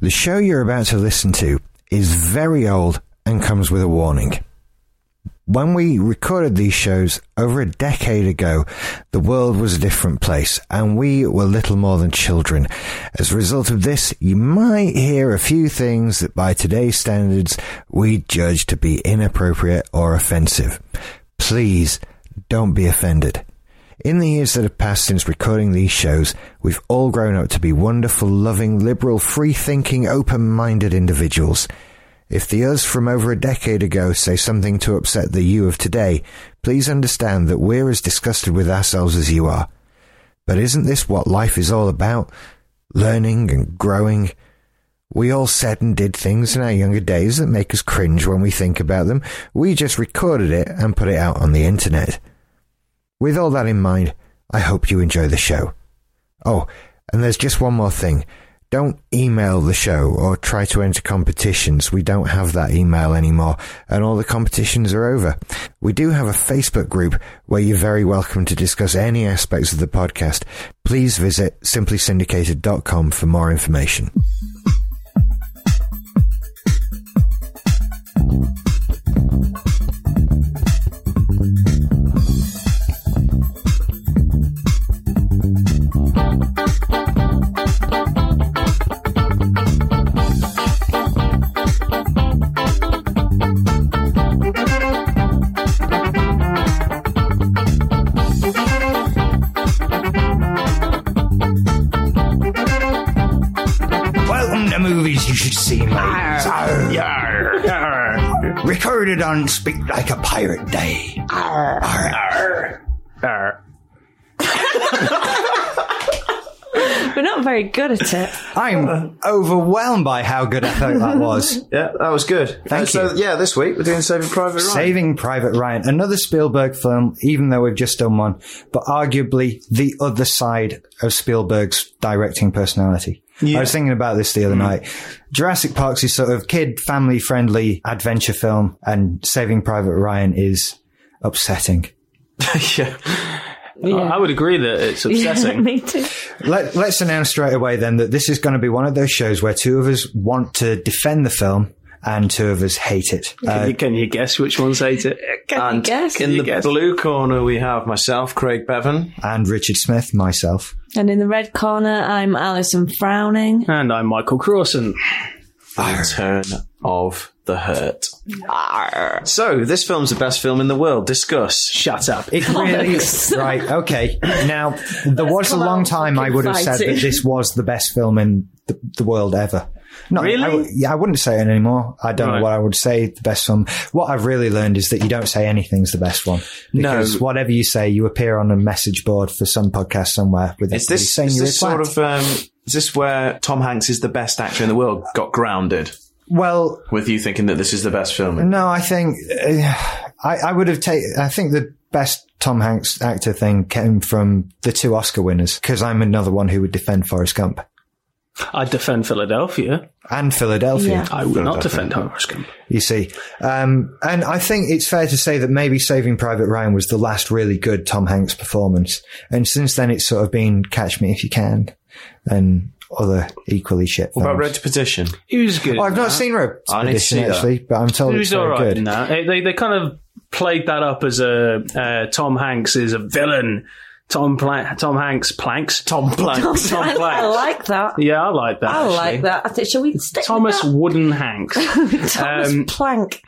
The show you're about to listen to is very old and comes with a warning. When we recorded these shows over a decade ago, the world was a different place and we were little more than children. As a result of this, you might hear a few things that by today's standards we judge to be inappropriate or offensive. Please don't be offended. In the years that have passed since recording these shows, we've all grown up to be wonderful, loving, liberal, free thinking, open minded individuals. If the us from over a decade ago say something to upset the you of today, please understand that we're as disgusted with ourselves as you are. But isn't this what life is all about? Learning and growing. We all said and did things in our younger days that make us cringe when we think about them. We just recorded it and put it out on the internet. With all that in mind, I hope you enjoy the show. Oh, and there's just one more thing. Don't email the show or try to enter competitions. We don't have that email anymore, and all the competitions are over. We do have a Facebook group where you're very welcome to discuss any aspects of the podcast. Please visit simplysyndicated.com for more information. Welcome to movies you should see, mate. Arr. Yarr. Yarr. Recorded on Speak Like a Pirate Day. Arr. Arr. Arr. We're not very good at it. I'm overwhelmed by how good I thought that was. Uh, Yeah, that was good. Uh, Thank so, you. Yeah, this week we're doing Saving Private Ryan. Saving Private Ryan, another Spielberg film, even though we've just done one, but arguably the other side of Spielberg's directing personality. I was thinking about this the other Mm. night. Jurassic Park's is sort of kid, family friendly adventure film, and Saving Private Ryan is upsetting. yeah. Oh, I would agree that it's upsetting. me too. Let, let's announce straight away then that this is going to be one of those shows where two of us want to defend the film and two of us hate it. Uh, Can you- Can you guess which ones ate it? Can you And guess? Can In you the guess? blue corner, we have myself, Craig Bevan. and Richard Smith, myself. and in the red corner, I'm Alison frowning. And I'm Michael Crawson. Return of the Hurt. So, this film's the best film in the world. Discuss. Shut up. It really right okay now there was a come long out time i would have said that exciting. this was the best film in the, the world ever not, Really? I, w- yeah, I wouldn't say it anymore. I don't Right. know what I would say. The best film. What I've really learned is that you don't say anything's the best one. No. Because whatever you say, you appear on a message board for some podcast somewhere with Is everybody this, saying is you're a this sort twat. of. Um, is this where Tom Hanks is the best actor in the world? Got grounded Well, with you thinking that this is the best film. no, I think uh, I, I would have taken. I think the best Tom Hanks actor thing came from the two Oscar winners because I'm another one who would defend Forrest Gump. I defend Philadelphia. and Philadelphia. Yeah. I will not defend Horace Gump. You see, um, and I think it's fair to say that maybe Saving Private Ryan was the last really good Tom Hanks performance, and since then it's sort of been Catch Me If You Can and other equally shit. What about films. Road to Petition? He was good. Oh, in I've not that. seen Road I need to Expedition see that. actually, but I'm told He it's was very all right good. in that. They, they, they kind of played that up as a uh, Tom Hanks is a villain. Tom Plan- Tom Hanks planks. Tom planks. Tom Oh, I, I planks. like that. Yeah, I like that. I actually. like that. I think, shall we stick Thomas with Wooden Hanks that? Thomas um, Plank.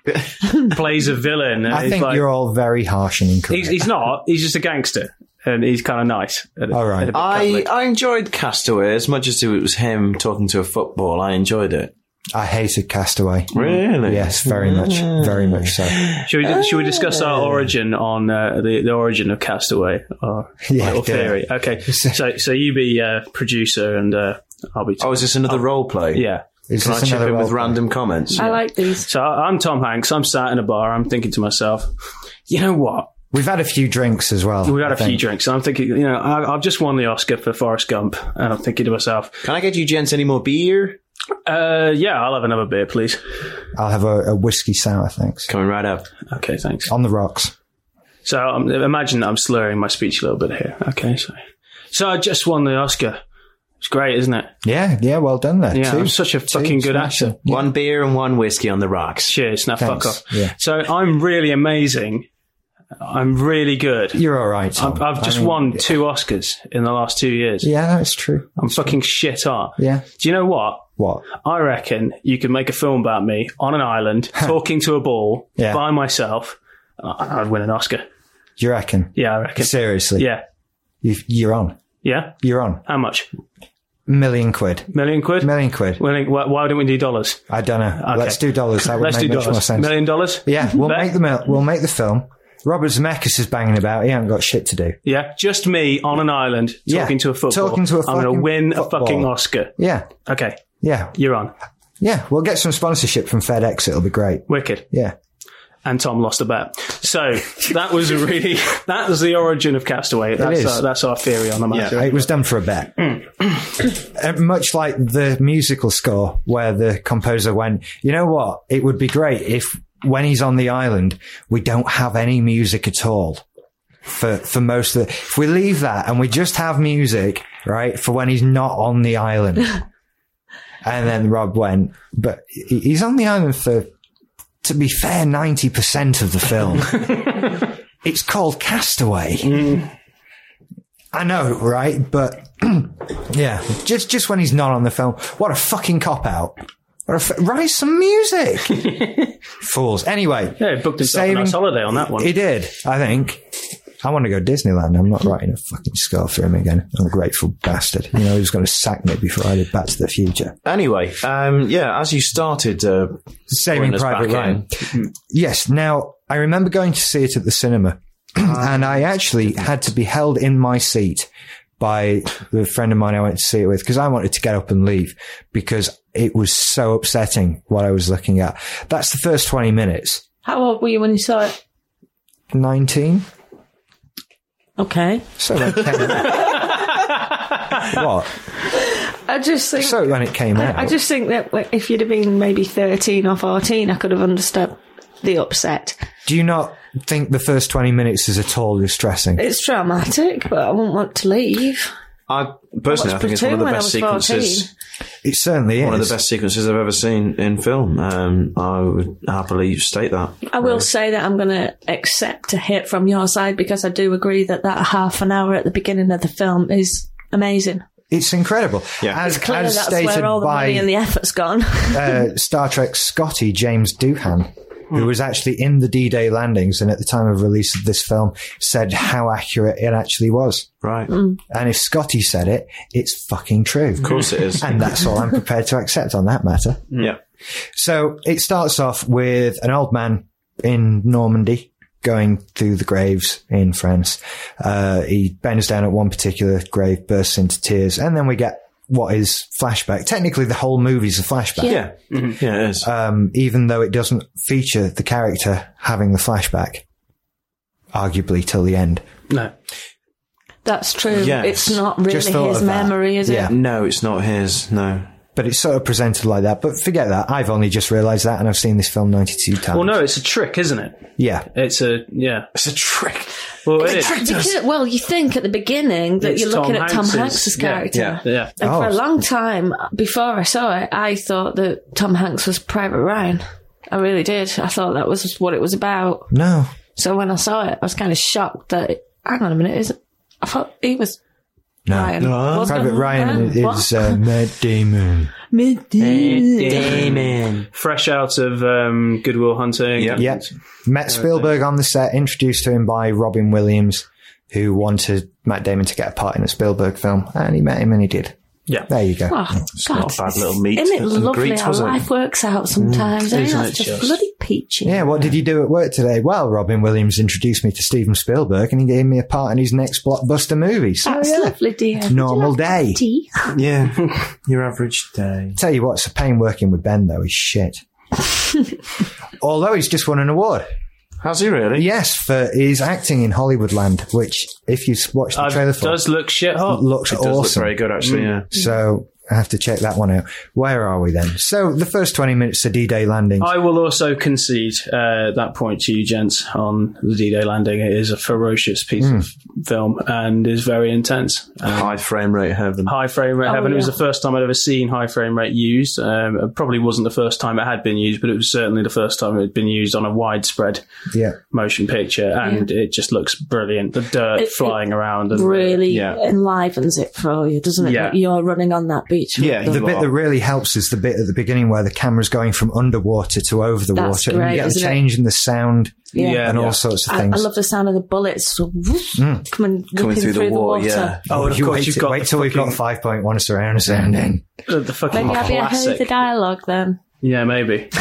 plays a villain. and I he's think like- you're all very harsh and incorrect. He's, he's not. He's just a gangster, and he's kind of nice. And- All right. and a bit I, cuddly. I enjoyed Castaway as much as it was him talking to a football. I enjoyed it. I hated Castaway. Really? Yes, very much, very much so. should we should we discuss Oh. our origin on uh, the the origin of Castaway or Yeah, or yeah. theory? Okay, so so you be uh, producer and uh, I'll be Oh, is this another role play? yeah. Is Can I this chip another in with role- random comments? I like these. So I- I'm Tom Hanks. I'm sat in a bar. I'm thinking to myself, you know what? We've had a few drinks as well. We've had I a few think. drinks. And I'm thinking, you know, I, I've just won the Oscar for Forrest Gump, and I'm thinking to myself, Can I get you gents any more beer? uh, yeah, I'll have another beer, please. I'll have a, a whiskey sour, thanks. Coming right up. Okay, thanks. On the rocks. So um, imagine that I'm slurring my speech a little bit here. Okay, so so I just won the Oscar. It's great, isn't it? Yeah, yeah, well done there. Yeah, Two. I'm such a fucking good smasher. actor. One beer and one whiskey on the rocks. Cheers. Now fuck Thanks. off. Yeah. So I'm really amazing. I'm really good. You're all right. I've, Tom. I've I just mean, won two Oscars in the last two years. Yeah, that's true. I'm fucking shit up. Yeah. Do you know what? What? I reckon you could make a film about me on an island talking to a ball Yeah. by myself. I- I'd win an Oscar. You reckon? Yeah, I reckon. Seriously? Yeah. You, you're on. Yeah. You're on. How much? Million quid. Million quid? Million quid. Million- why, why don't we do dollars? I don't know. Let's do dollars. That would Let's make do much more dollars. sense. Million dollars? Yeah, we'll Bet. make the mil- we'll make the film. Robert Zemeckis is banging about. He ain't got shit to do. Yeah. Just me on an island Yeah. talking to a football. Talking to a I'm going fucking to win football. a fucking Oscar. Yeah, Okay. yeah, You're on. yeah. We'll get some sponsorship from FedEx. It'll be great. Wicked. Yeah, and Tom lost a bet. So that was a really that was the origin of Castaway. That's is. our, that's our theory on the matter. it was done for a bet. Uh, much like the musical score, where the composer went, you know what? It would be great if when he's on the island, we don't have any music at all. For, for most of the, if we leave that and we just have music, right, for when he's not on the island. and then Rob went, but he- he's on the island for, to be fair, 90% of the film. it's called Castaway. I know, right? But yeah, just just when he's not on the film, what a fucking cop out! What a f- write some music, fools. Anyway, Yeah, he booked himself Saving- a nice holiday on that one. he did. I think I want to go Disneyland. I'm not writing a fucking score for him again. Ungrateful bastard. You know he was going to sack me before I did Back to the Future. Anyway, um, yeah, as you started uh, Saving pulling us Private back Ryan. in, Yes. Now, I remember going to see it at the cinema, and I actually had to be held in my seat by the friend of mine I went to see it with because I wanted to get up and leave because it was so upsetting what I was looking at. That's the first 20 minutes. How old were you when you saw it? 19? Okay. So when it came out. what? I just think So when it came out. I just think that like, if you'd have been maybe thirteen or fourteen, I could have understood the upset. do you not think the first 20 minutes is at all distressing? It's traumatic, but I wouldn't want to leave. I personally, I watched think it's one of the Platoon when I best was 14. sequences. It certainly is. One of the best sequences I've ever seen in film. Um, I would happily state that. I will say that I'm going to accept a hit from your side because I do agree that that half an hour at the beginning of the film is amazing. It's incredible. Yeah. As, Clearly, as that's stated where all the by money and the effort's gone. uh, Star Trek Scotty James Doohan, who was actually in the D-Day landings and at the time of release of this film said how accurate it actually was. Right. Mm. And if Scotty said it, it's fucking true. Of course it is. And that's all I'm prepared to accept on that matter. yeah. So it starts off with an old man in Normandy going through the graves in France. Uh, he bends down at one particular grave, bursts into tears, and then we get what is flashback. Technically, the whole movie's a flashback Yeah. Yeah, it is. um, even though it doesn't feature the character having the flashback, arguably till the end. no, that's true. Yes. It's not really Just thought his of that. memory, is Yeah. it? no, it's not his. No. But it's sort of presented like that. But forget that. I've only just realised that, and I've seen this film 92 times. well, no, it's a trick, isn't it? Yeah. It's a yeah. It's a trick. Well, it is. Because, well, you think at the beginning that It's you're looking Tom at Tom Hanks's- Hanks's yeah, character. yeah. Yeah, And for Oh. a long time before I saw it, I thought that Tom Hanks was Private Ryan. I really did. I thought that was what it was about. No. So when I saw it, I was kind of shocked that, hang on a minute, is it? I thought he was No. uh, Ryan. What's Private going on Ryan there? is uh, Matt Damon. What? Amen. fresh out of um, Goodwill Hunting. Yeah. Yep. Met Spielberg on the set, introduced to him by Robin Williams, who wanted Matt Damon to get a part in a Spielberg film, and he met him and he did. Yeah. There you go. Oh, God. not a bad little meat Isn't it and lovely greets, how was it? life works out sometimes? eh? Isn't That's it just, just? bloody peachy. Yeah, what did you do at work today? Well, Robin Williams introduced me to Steven Spielberg and he gave me a part in his next blockbuster movie. So, That's Oh, yeah. lovely, dear. Normal day. Tea? Yeah. Your average day. Tell you what, it's a pain working with Ben, though. He's shit. Although he's just won an award. Has he really? Yes, for his acting in Hollywoodland, which, if you s- watch the Uh, trailer for, oh, does look shit hot. looks It does awesome. look very good, actually. Yeah. so, I have to check that one out. Where are we then? So the first 20 minutes of D-Day landing. I will also concede uh, that point to you, gents, on the D-Day landing. It is a ferocious piece of film and is very intense. High frame rate heaven. Mm. High frame Oh, rate heaven. It was yeah. the first time I'd ever seen high frame rate used. Um, it probably wasn't the first time it had been used, but it was certainly the first time it had been used on a widespread yeah. motion picture, and it just looks brilliant. The dirt It- it flying around and Really yeah. enlivens it for you, doesn't it? Yeah. That you're running on that beach. with Yeah, them. The bit that really helps is the bit at the beginning where the camera's going from underwater to over the That's water. and great, you get the isn't it? change in the sound Yeah. Yeah. and all sorts of I, I things. love the sound of the bullets so whoop, coming, Coming whipping through, the, wall, water. yeah. Oh, and of you course wait, you've till- got wait the till we've got fucking- 5.1 surround sound in. the, the fucking Maybe I've been heard the Oh, classic. dialogue then. Yeah, maybe.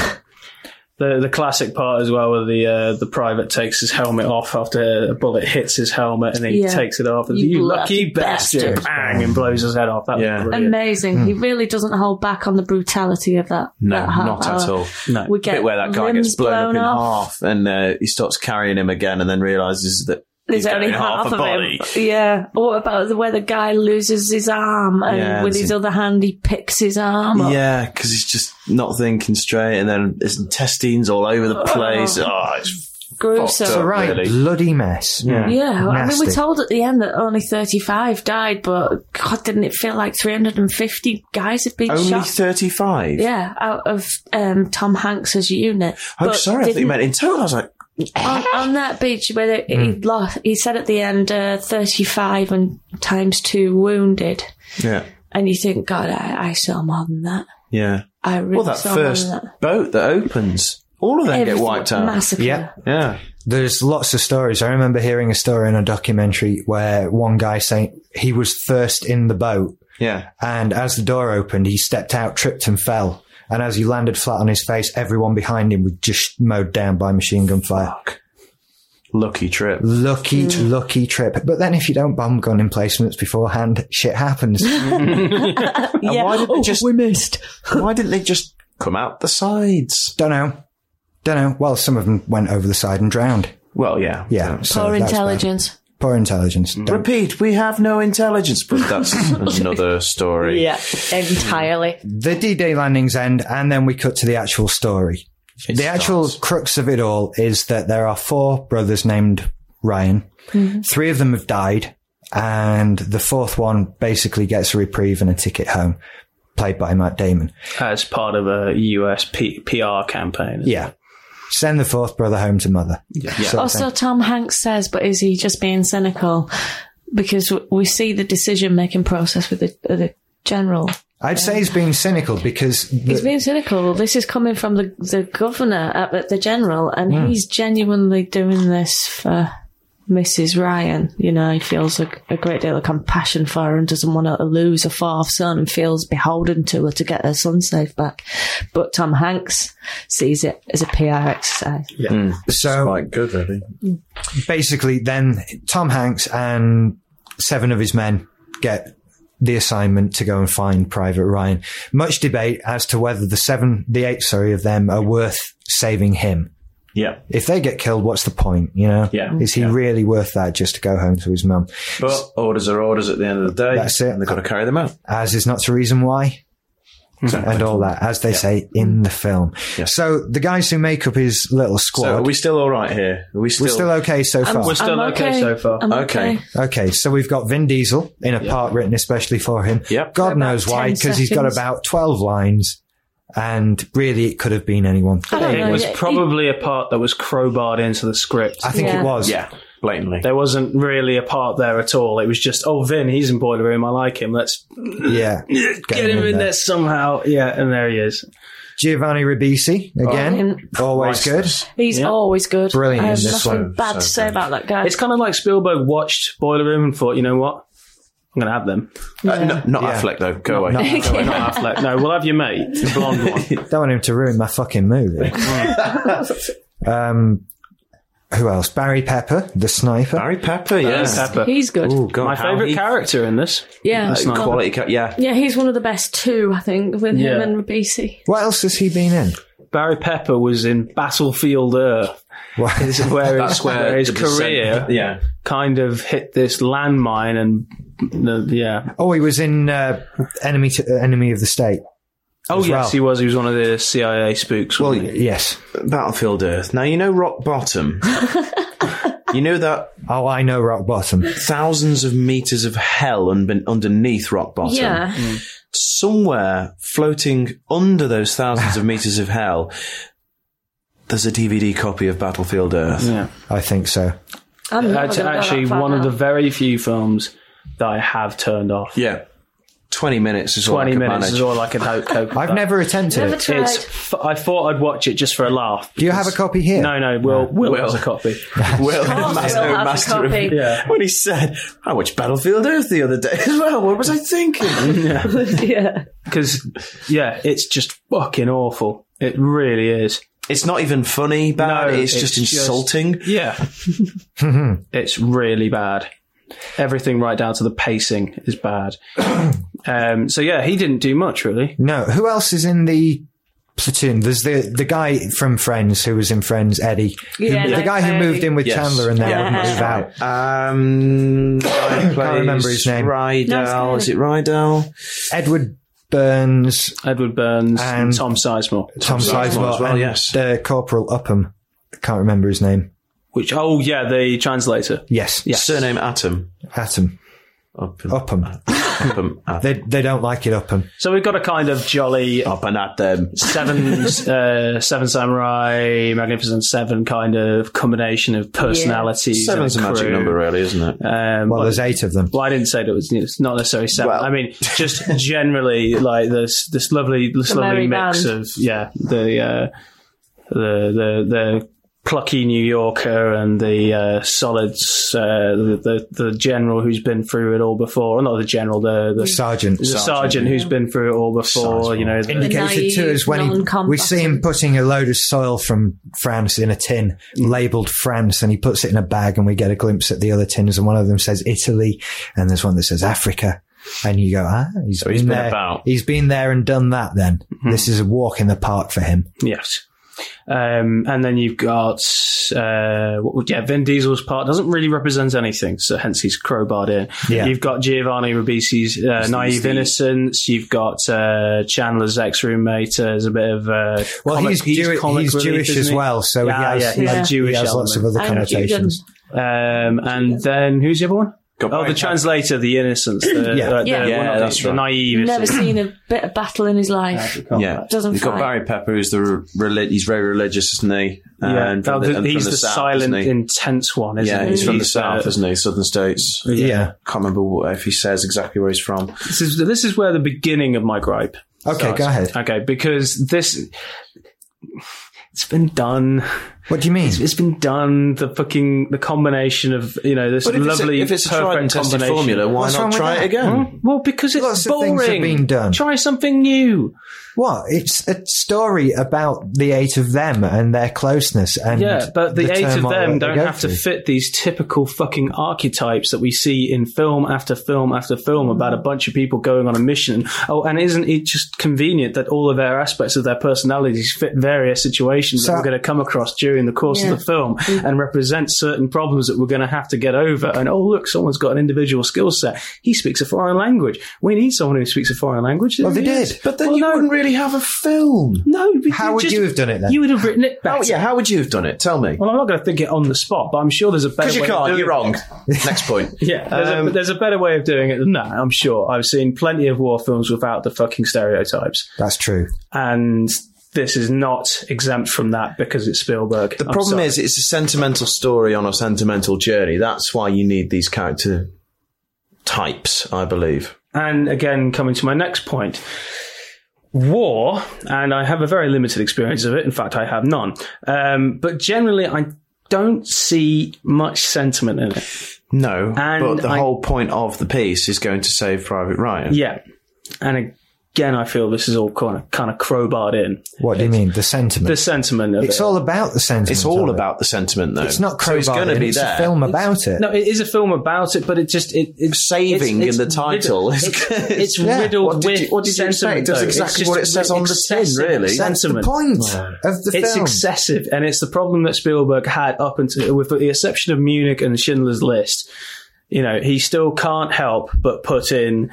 The, the classic part as well, where the uh, the private takes his helmet off after a bullet hits his helmet, and then Yeah. he takes it off, and You you, lucky lucky bastard, bastard. bang, and blows his head off. That Yeah. was brilliant. Amazing. He really doesn't hold back on the brutality of that. Hmm. No, that half not at hour. all. No. We Uh-huh. get bit where that guy limbs gets blown, up in off. half, and uh, he starts carrying him again, and then realizes that There's he's only getting half, a of body. him. Yeah. Or about the, where the guy loses his arm and Yeah, with there's his a- other hand he picks his arm up. Yeah, because he's just not thinking straight, and then his intestines all over the place. Oh, it's It's Fucked a up. Gruesome. right really. bloody mess. Yeah. Yeah, I mean, Nasty. we're told at the end that only 35 died, but God, didn't it feel like 350 guys had been only shot? thirty-five. yeah, out of um, Tom Hanks's unit. I'm But Oh, sorry, I thought you didn't- meant in total. I was like, on, on that beach where they, he Hmm. lost, he said at the end, uh, 35 and times two wounded. yeah, And you think, God, I, I saw more than that. yeah. I really Well, that saw first more than that. boat that opens, all of them get Everything- wiped out. Massacre. Yeah. Yeah, There's lots of stories. I remember hearing a story in a documentary where one guy saying he was first in the boat yeah. and as the door opened, he stepped out, tripped and fell. And as he landed flat on his face, everyone behind him was just mowed down by machine gun fire. Lucky trip. Lucky, lucky trip. But then if you don't bomb gun emplacements beforehand, shit happens. Yeah. why did they oh, just- we missed. Why didn't they just come out the sides? don't know. Don't know. Well, some of them went over the side and drowned. Well, yeah, Hmm. Yeah. so Poor that's bad. intelligence. Poor intelligence. Don't- Repeat, we have no intelligence, but that's another story. Yeah, entirely. Mm, the D-Day landings end, and then we cut to the actual story. It the actual starts. crux of it all is that there are four brothers named Ryan. Three of them have died, and the fourth one basically gets a reprieve and a ticket home, played by Matt Damon. As part of a US P- PR campaign. Yeah. Send the fourth brother home to mother. Sort of thing. Also, Tom Hanks says, but is he just being cynical? Because w- we see the decision making process with the, uh, the general. I'd say he's being cynical because He's the, being cynical. This is coming from the, the governor at the, the general, and Hmm. he's genuinely doing this for Mrs. Ryan. You know, he feels a, a great deal of compassion for her and doesn't want to lose a fourth son and feels beholden to her to get her son safe back. But Tom Hanks sees it as a PR exercise. so quite good, really. basically then Tom Hanks and seven of his men get the assignment to go and find Private Ryan. Much debate as to whether the seven, the eight, sorry, of them are worth saving him. Yeah, If they get killed, what's the point? You know, Yeah. is he Yeah. really worth that just to go home to his mum? but orders are orders at the end of the day. That's it. and they've got to carry them out. as is not a reason why. And all that, as they say in the film. Yeah. So the guys who make up his little squad, So, are we still all right here? Are we still? we're still okay so far. We're still I'm okay. okay. so far. I'm Okay. okay. Okay, so we've got Vin Diesel in a part written especially for him. Yep. God About knows why, 10 because he's got seconds. about 12 lines, and really it could have been anyone. I don't It know. was It- probably a part that was crowbarred into the script. I think Yeah. it was. yeah, blatantly. There wasn't really a part there at all. It was just, oh, Vin, he's in boiler room. I like him. Let's Yeah. get him in there somehow. Yeah, and there he is. Giovanni Ribisi, again. always good. He's always good. Brilliant I have in nothing this one. bad to say about that guy. It's kind of like Spielberg watched Boiler Room and thought, you know what? I'm going to have them. Uh, no, not Yeah. Affleck though. Go away. We're not Affleck. No, we'll have your mate, the blonde one. Don't want him to ruin my fucking movie. um, who else? Barry Pepper, the sniper. Barry Pepper. Yeah. Yes. Pepper. he's good. Oh God, My how favourite he- character in this. yeah. That's not- Quality. Ca- yeah. Yeah, he's one of the best two, I think, with Yeah. him and Rabisi. What else has he been in? Barry Pepper was in Battlefield Earth. What? This is where That's his, where where his the descent- career Yeah. kind of hit this landmine and the, yeah. Oh, he was in uh, Enemy to, uh, Enemy of the State. Oh yes, well. he was. He was one of the CIA spooks. Well, Well, y- Yes. Battlefield Earth. Now you know rock bottom. you know that Oh, I know Rock Bottom. thousands of meters of hell un- underneath rock bottom. Yeah. Somewhere floating under those thousands of meters of hell, there's a DVD copy of Battlefield Earth. yeah. I think so. I'm never That's gonna go Uh, actually that far one of now. the very few films that I have turned off. Yeah. 20 minutes is all I Twenty could minutes manage. is all I can hope. cope with I've that. never attempted Never it. tried. It's. F- I thought I'd watch it just for a laugh. Do you have a copy here? No, no. Will Will, Will. has a copy. Well, course we'll have Oh, a copy. Yeah. When he said, I watched Battlefield Earth the other day as well. What was I thinking? yeah. Because yeah, it's just fucking awful. It really is. it's not even funny, bad. No, it's, it's just just- insulting. Yeah. it's really bad. Everything right down to the pacing is bad. um, so yeah, he didn't do much really. No. Who else is in the platoon? There's the the guy from Friends who was in Friends, Eddie. Who- Yeah, the no, guy who Eddie. moved in with Yes. Chandler and then Yeah. would move out. Um, I Can't remember his name. Rydell. No, it's is it Rydell? Edward Burns, Edward Burns and And- Tom Sizemore. Tom Sizemore Sizemore, as well, and yes. uh, Corporal Upham. Can't remember his name. Which oh yeah, the translator. Yes. Yeah. Surname Atom. Atom. Up and up, Upham. and up. They they don't like it, Upham. So we've got a kind of jolly Oh, up and um, at them. seven uh, seven samurai, magnificent seven kind of combination of personalities. and Seven's a magic crew. number, really, isn't it? Um, Well, but- there's eight of them. Well, I didn't say that it was it's not necessarily seven. Well- I mean, just generally like this this lovely this The lovely merry mix band. of yeah the uh, the the the plucky New Yorker and the uh, solid uh, the, the the general who's been through it all before. Not the general, the the, Sergeant. the sergeant, who's been through it all before. You know, the- indicated to us when he, non-combatant. we see him putting a load of soil from France in a tin Mm. labeled France and he puts it in a bag and we get a glimpse at the other tins and one of them says Italy and there's one that says Africa and you go, ah, he's been there. about. He's been there and done that then. Mm-hmm. This is a walk in the park for him. Yes. Um, and then you've got, uh, what would- yeah, Vin Diesel's part doesn't really represent anything, so hence he's crowbarred in. Yeah. You've got Giovanni Ribisi's uh, naive the- innocence. You've got uh, Chandler's ex roommate as a bit of uh, Well, comic- he's, Jew- comic he's relief, Jewish isn't as he? well, so Yeah, he has, yeah, he's yeah. a he Jewish has element. lots of other And connotations. Um, and then who's the other one? Got Oh, back the up. translator, the innocence, the, Yeah. uh, the- Yeah. well, not Yeah, the- that's the right. naive. Never innocence. seen a bit of battle in his life. Yeah, Doesn't You've got fight. Barry Pepper, who's the re- relig- he's very religious, isn't he? Yeah, and from Oh, the, and he's from the, the, south, silent, isn't he? intense one, isn't yeah, he? he's from the uh, south, isn't he? Southern states. Yeah. Can't remember what, if he says exactly where he's from. This is this is where the beginning of my gripe. Okay, starts. go ahead. Okay, because this it's been done. What do you mean? It's been done. The fucking the combination of you know this But if lovely it's a, if it's a perfect tried and tested combination. formula, why Hmm? What's wrong not with try that? it again? Well, because it's Lots of boring. things have been done. Try something new. What? It's a story about the eight of them and their closeness and Yeah, but the, eight of turmoil that them they don't go have to through. fit these typical fucking archetypes that we see in film after film after film about a bunch of people going on a mission. Oh, and isn't it just convenient that all of their aspects of their personalities fit various situations So- that we're going to come across during the course Yeah. of the film and represent certain problems that we're going to have to get over? And oh, look, someone's got an individual skill set. He speaks a foreign language. We need someone who speaks a foreign language. Well, they There he did. is. But then Well, you no. wouldn't really have a film. No, but How would just- you have done it then? You would have written it better. Oh, yeah, how would you have done it? Tell me. Well, I'm not going to think it on the spot, but I'm sure there's a better Because way. you of can't. doing You're it. wrong. Next point. Yeah, there's, a, Um, there's a better way of doing it than that. I'm sure. I've seen plenty of war films without the fucking stereotypes, That's true. and this is not exempt from that because it's Spielberg. The problem is, it's a sentimental story on a sentimental journey. That's why you need these character types, I believe. and again, coming to my next point. War, and I have a very limited experience of it. In fact, I have none. Um, but generally, I don't see much sentiment in it. No, And but the I- whole point of the piece is going to save Private Ryan. Yeah. And again, I feel this is all kind of kind of crowbarred in What do you mean? The sentiment. the sentiment of it's it. all about the sentiment. It's all of it. about the sentiment, though. It's not So crowbar. it's going to be it's there. a film about it. no, it is a film about it, but it just it, it's Saving in it's- it's the title. riddled- it's, it's riddled What did with you- what did you expect? sentiment. That's though. exactly It's just what it says on the tin, excessive really. That's the That's the sentiment. point of the it's film. excessive, and it's the problem that Spielberg had up until, with the exception of Munich and Schindler's List. You know, he still can't help but put in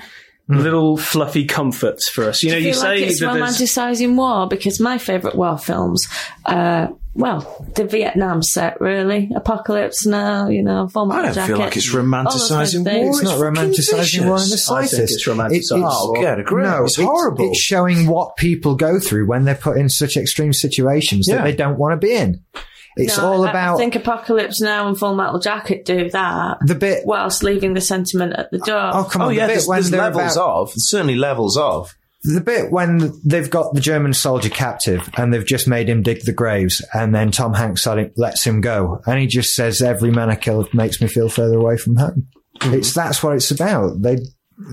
Hmm. little fluffy comforts for us. You know, I you feel say like it's that there's- romanticising war because my favourite war films, uh, well, the Vietnam set really, Apocalypse Now, you know, Full Metal I don't Jacket. feel like it's All those things. romanticising war. It's not fucking romanticising war in the vicious. I slightest. think it's romanticising war. Oh, God, agree. No, It's horrible. It's showing what people go through when they're put in such extreme situations that Yeah. they don't want to be in. It's No, all I- about I think Apocalypse Now and Full Metal Jacket do that the bit. whilst leaving the sentiment at the door. Oh come Oh on! yeah, the bit there's, when there's they're levels about, of certainly levels of. the bit when they've got the German soldier captive and they've just made him dig the graves, and then Tom Hanks let him- lets him go, and he just says, "Every man I kill makes me feel further away from home." It's that's what it's about. They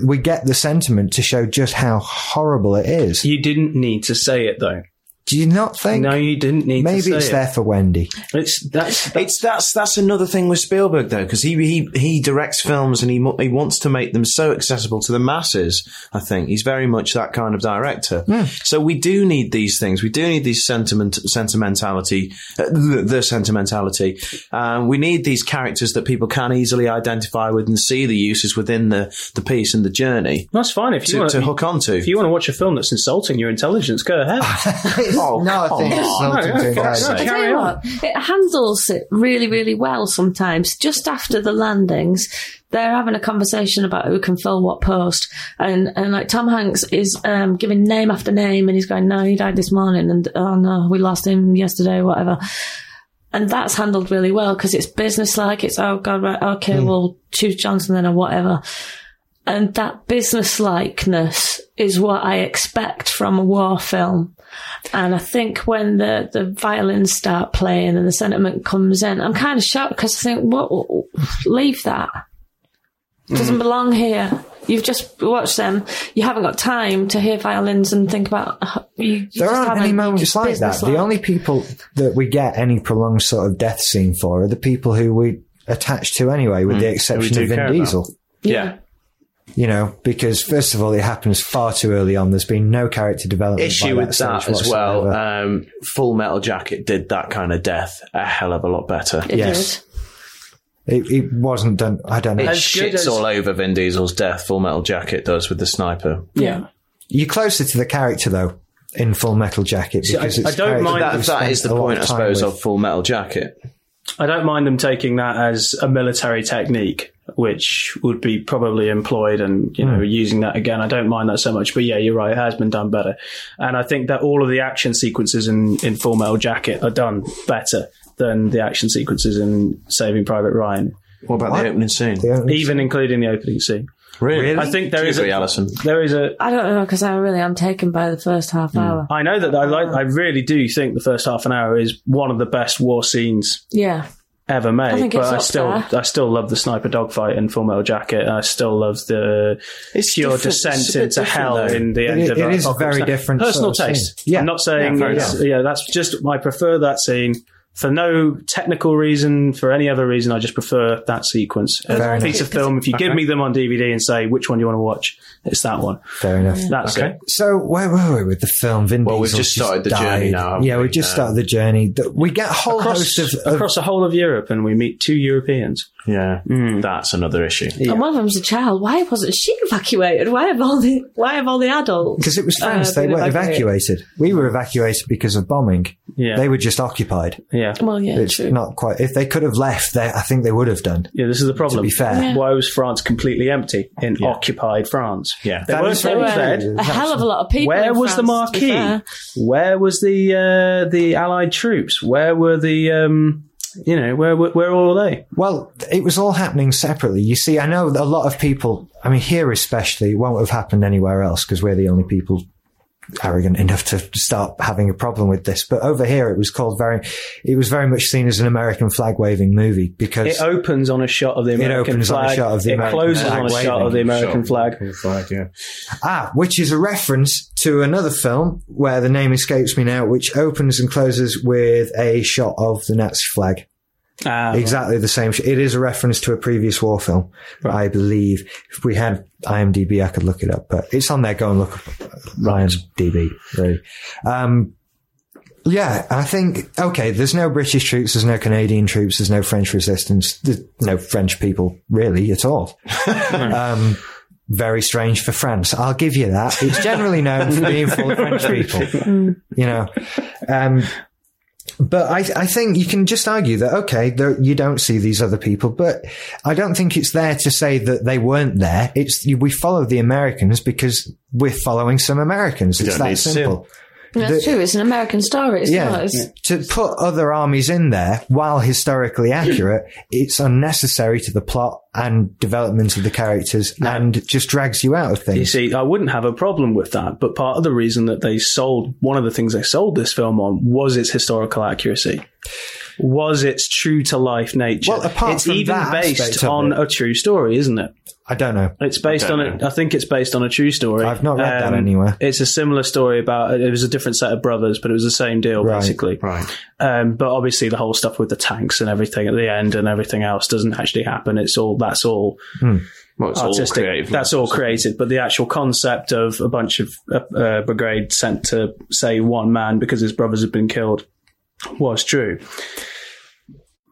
we get the sentiment to show just how horrible it is. you didn't need to say it though. Do you not think? No, you didn't need to say Maybe it's it. there for Wendy. It's that's, that's It's that's that's another thing with Spielberg though, because he, he he directs films and he mo- he wants to make them so accessible to the masses. I think he's very much that kind of director. So we do need these things. We do need these sentiment sentimentality, uh, the, the sentimentality. Um, we need these characters that people can easily identify with and see the uses within the the piece and the journey that's fine if you to, want to hook onto. If you want to watch a film that's insulting your intelligence, go ahead. Oh, no, I come think it's on. something No, to yeah, encourage. fuck I tell Carry you on. what, it handles it really, really well sometimes. Just after the landings, they're having a conversation about who can fill what post. And, and like Tom Hanks is um, giving name after name and he's going, no, he died this morning and oh no, we lost him yesterday, whatever. And that's handled really well because it's business like. It's, oh God, right, okay, we'll choose Johnson then or whatever. And that business likeness is what I expect from a war film. And I think when the, the violins start playing and the sentiment comes in, I'm kind of shocked because I think, what, leave that. Mm-hmm. It doesn't belong here. You've just watched them. You haven't got time to hear violins and think about. uh, You, you There just aren't haven't. any You're moments just like that. The business-like. only people that we get any prolonged sort of death scene for are the people who we attach to anyway, with the exception Hmm. do of care Vin about. Diesel. yeah. You know, because first of all, it happens far too early on. There's been no character development. issue by with that stage as well. whatsoever. Um, Full Metal Jacket did that kind of death a hell of a lot better. It Yes. did. it, it wasn't done. I don't know. It As good shits as- all over Vin Diesel's death. Full Metal Jacket does with the sniper. Yeah. You're closer to the character though in Full Metal Jacket because I- it's I don't character mind that That, we've that spent is the a lot point, I of time suppose, with. of Full Metal Jacket. I don't mind them taking that as a military technique, which would be probably employed and, you know, using that again. I don't mind that so much. But yeah, you're right. It has been done better. And I think that all of the action sequences in, in Full Metal Jacket are done better than the action sequences in Saving Private Ryan, What about the opening scene? The only- even including the opening scene. Really? I think there Do you is agree, a- Alison. There is a, I don't know because I really am taken by the first half Mm. hour. I know that I like, I really do think the first half an hour is one of the best war scenes Yeah. ever made. think but it's I up still there. I still love the sniper dogfight in Full Metal Jacket. I still love the It's pure different. It's descent a bit into different, hell though. in the end It- of it is Apocalypse very Now. different Personal sort of taste. scene. Yeah. I'm not saying fair it's- yeah, that's just I prefer that scene. For no technical reason, for any other reason, I just prefer that sequence. Fair a enough. piece of film. If you give me them on DVD and say which one you want to watch, it's that one. fair enough. That's Okay. it. So where were we with the film? Vin Well, we've Diesel just started the journey died. now, haven't Yeah, we? Um, we just Yeah. started the journey. The- We get a whole Across, host of, of across the whole of Europe, and we meet two Europeans. Yeah, that's another issue. And one of them's a child. Why wasn't she evacuated? Why have all the Why have all the adults? because it was France. Uh, they been weren't evacuated. We were evacuated because of bombing. Yeah, They were just occupied. yeah. Well, yeah, It's true. not quite. If they could have left, they, I think they would have done. Yeah, this is the problem. be fair. Yeah. Why was France completely empty in occupied France? Yeah. they That weren't is very very true. um, fed. a hell of a lot of people. Where in was the France, to be marquee? fair. Where was the uh, the Allied troops? Where were the um, you know where were- where all were they? Well, it was all happening separately. You see, I know that a lot of people, I mean, here especially, it won't have happened anywhere else because we're the only people arrogant enough to start having a problem with this. But over here, it was called very, it was very much seen as an American flag waving movie because It opens on a shot of the American opens on a flag. shot of the it American closes flag on a shot waving. of the American flag. flag, yeah. Ah, which is a reference to another film where the name escapes me now, which opens and closes with a shot of the Nazi flag. Ah, Exactly the same. Sh- it is a reference to a previous war film, I believe. If we had IMDb, I could look it up, but it's on there. Go and look up Ryan's DB. Really. Um, yeah, I think okay. There's no British troops. There's no Canadian troops. There's no French resistance. There's no French people really at all. um, very strange for France. I'll give you that. It's generally known for being full of French Mm. people. You know. Um, but I, I think you can just argue that okay, there, you don't see these other people, but I don't think it's there to say that they weren't there. It's we follow the Americans because we're following some Americans. It's don't that need to. simple. That's true. It's an American story. It's Yeah. not. It's, To put other armies in there, while historically accurate, it's unnecessary to the plot and development of the characters, and just drags you out of You things. see, I wouldn't have a problem with that, but part of the reason that they sold one of the things they sold this film on was its historical accuracy, was its true to life nature. Well, apart it's from even that aspect based of on it. a true story, isn't it? I don't know. It's based on a, I think it's based on a true story. Um, I've not read that anywhere. It's a similar story about it was a different set of brothers, but it was the same deal Right, basically. Right. Um, but obviously, the whole stuff with the tanks and everything at the end and everything else doesn't actually happen. It's all that's all Well, it's all artistic. creative. that's all created. But the actual concept of a bunch of uh, uh, brigade sent to say one man because his brothers had been killed was true.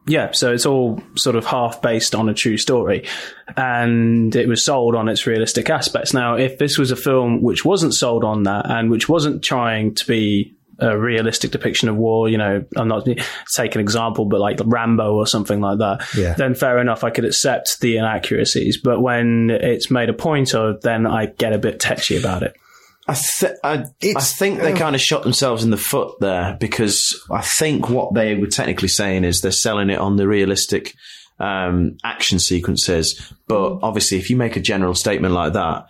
Yeah, so it's all sort of half based on a true story, and it was sold on its realistic aspects. Now, if this was a film which wasn't sold on that and which wasn't trying to be a realistic depiction of war, you know, I'm not take an example, but like Rambo or something like that, Yeah. then fair enough, I could accept the inaccuracies. But when it's made a point of, then I get a bit tetchy about it. I, th- I, I It's- think they kind of shot themselves in the foot there because I think what they were technically saying is they're selling it on the realistic um, action sequences. But obviously, if you make a general statement like that,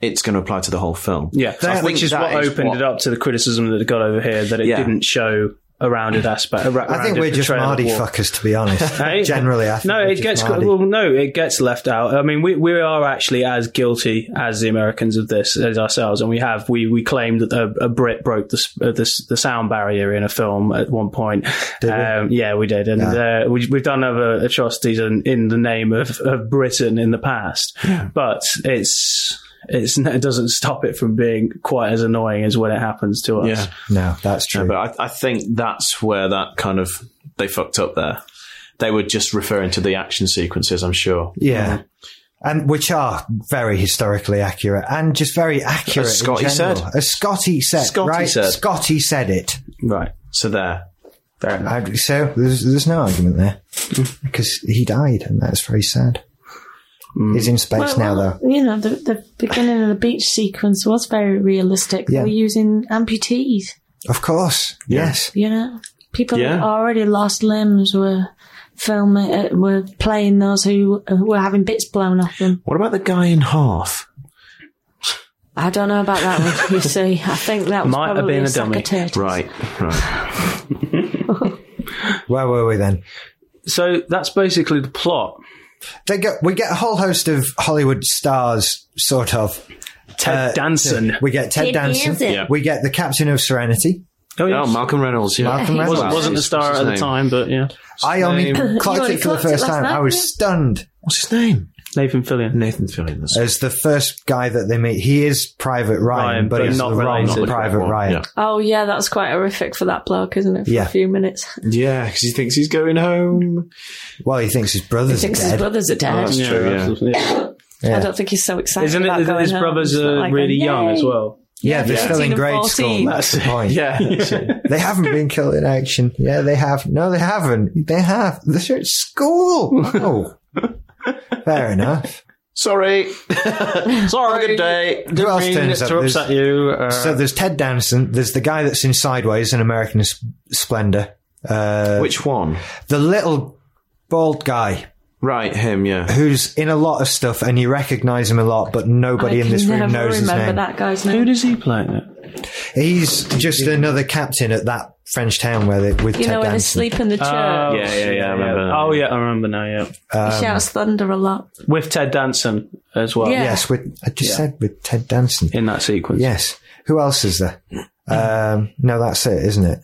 it's going to apply to the whole film. Hmm. Yeah, So I think which is that what is opened what- it up to the criticism that it got over here that it Yeah. didn't show a rounded aspect. a ra- I think rounded we're just portrayal of Mardy war. fuckers, to be honest. Hey? Generally, I think no, we're it just gets Mardy. well. No, it gets left out. I mean, we we are actually as guilty as the Americans of this as ourselves, and we have we we claimed that a, a Brit broke the, s- uh, the s- the sound barrier in a film at one point. um, yeah, we did, and uh, we, we've done other atrocities in, in the name of, of Britain in the past, but it's. It's, it doesn't stop it from being quite as annoying as when it happens to us. Yeah. no, that's true. But I, I think that's where that kind of they fucked up there. They were just referring to the action sequences, I'm sure. Yeah. And which are very historically accurate and just very accurate. As Scotty in general. said. As Scotty said. Scotty right? said. Scotty said it. Right. So there. Fair enough. I- so there's, there's no argument there because he died and that's very sad. He's in space Well, now, well, though. You know, the, the beginning of the beach sequence was very realistic. Yeah. They were using amputees. Of course. Yes. You know, people Yeah. who already lost limbs were filming, uh, were playing those who uh, were having bits blown off them. What about the guy in half? I don't know about that one. you see, I think that was Might have probably been a a dummy. Socrates. Right. Right. Where were we then? So that's basically the plot. They go, we get a whole host of Hollywood stars, sort of. Ted Uh, Danson. We get Ted, Ted Danson. Danson. Yeah. We get the captain of Serenity. Oh, yeah. Oh, Malcolm Reynolds. Yeah. Malcolm Reynolds. wasn't, wasn't a star What's his at the name? time, but yeah. I only name- clocked You it for the only clocked it first last time. I night, was yeah. stunned. What's his name? Nathan Fillion. Nathan Fillion. That's as the first guy that they meet. He is Private Ryan, Ryan, but, but it's not the wrong related. Private Well, Ryan. Yeah, Oh yeah, that's quite horrific for that bloke, isn't it? For Yeah. a few minutes. yeah, because he thinks he's going home. Well, he thinks his brother's Thinks his dead. brothers are dead. that's true, yeah. absolutely. Yeah. I don't think he's so excited. Oh, Isn't about it that going his home. brothers It's not are like really a, young "Yay!" as well? Yeah, they're 13 still in and grade 14. school. That's the point. Yeah, that's it. They haven't been killed in action. Yeah, they have. No, they haven't. They have. They're at school. Oh. Fair enough. sorry, sorry. Have a good day. Who else turns up? to There's- upset you. Uh, so there's Ted Danson. There's the guy that's in Sideways, an American S- Splendor. Uh, Which one? the little bald guy Right, him. Yeah, who's in a lot of stuff, and you recognise him a lot, but I nobody in this can room never knows his remember name. that guy's who name. does he play in it? He's just another captain at that French town where they with You Ted know, when they Danson. sleep in the church, Oh, Yeah, yeah, yeah, I remember that, Oh, yeah, I remember now, yeah. he Um, shouts thunder a lot. With Ted Danson as well. Yeah. Yes, with I just said with Ted Danson. In that sequence. Yes. Who else is there? Um, no, that's it, isn't it?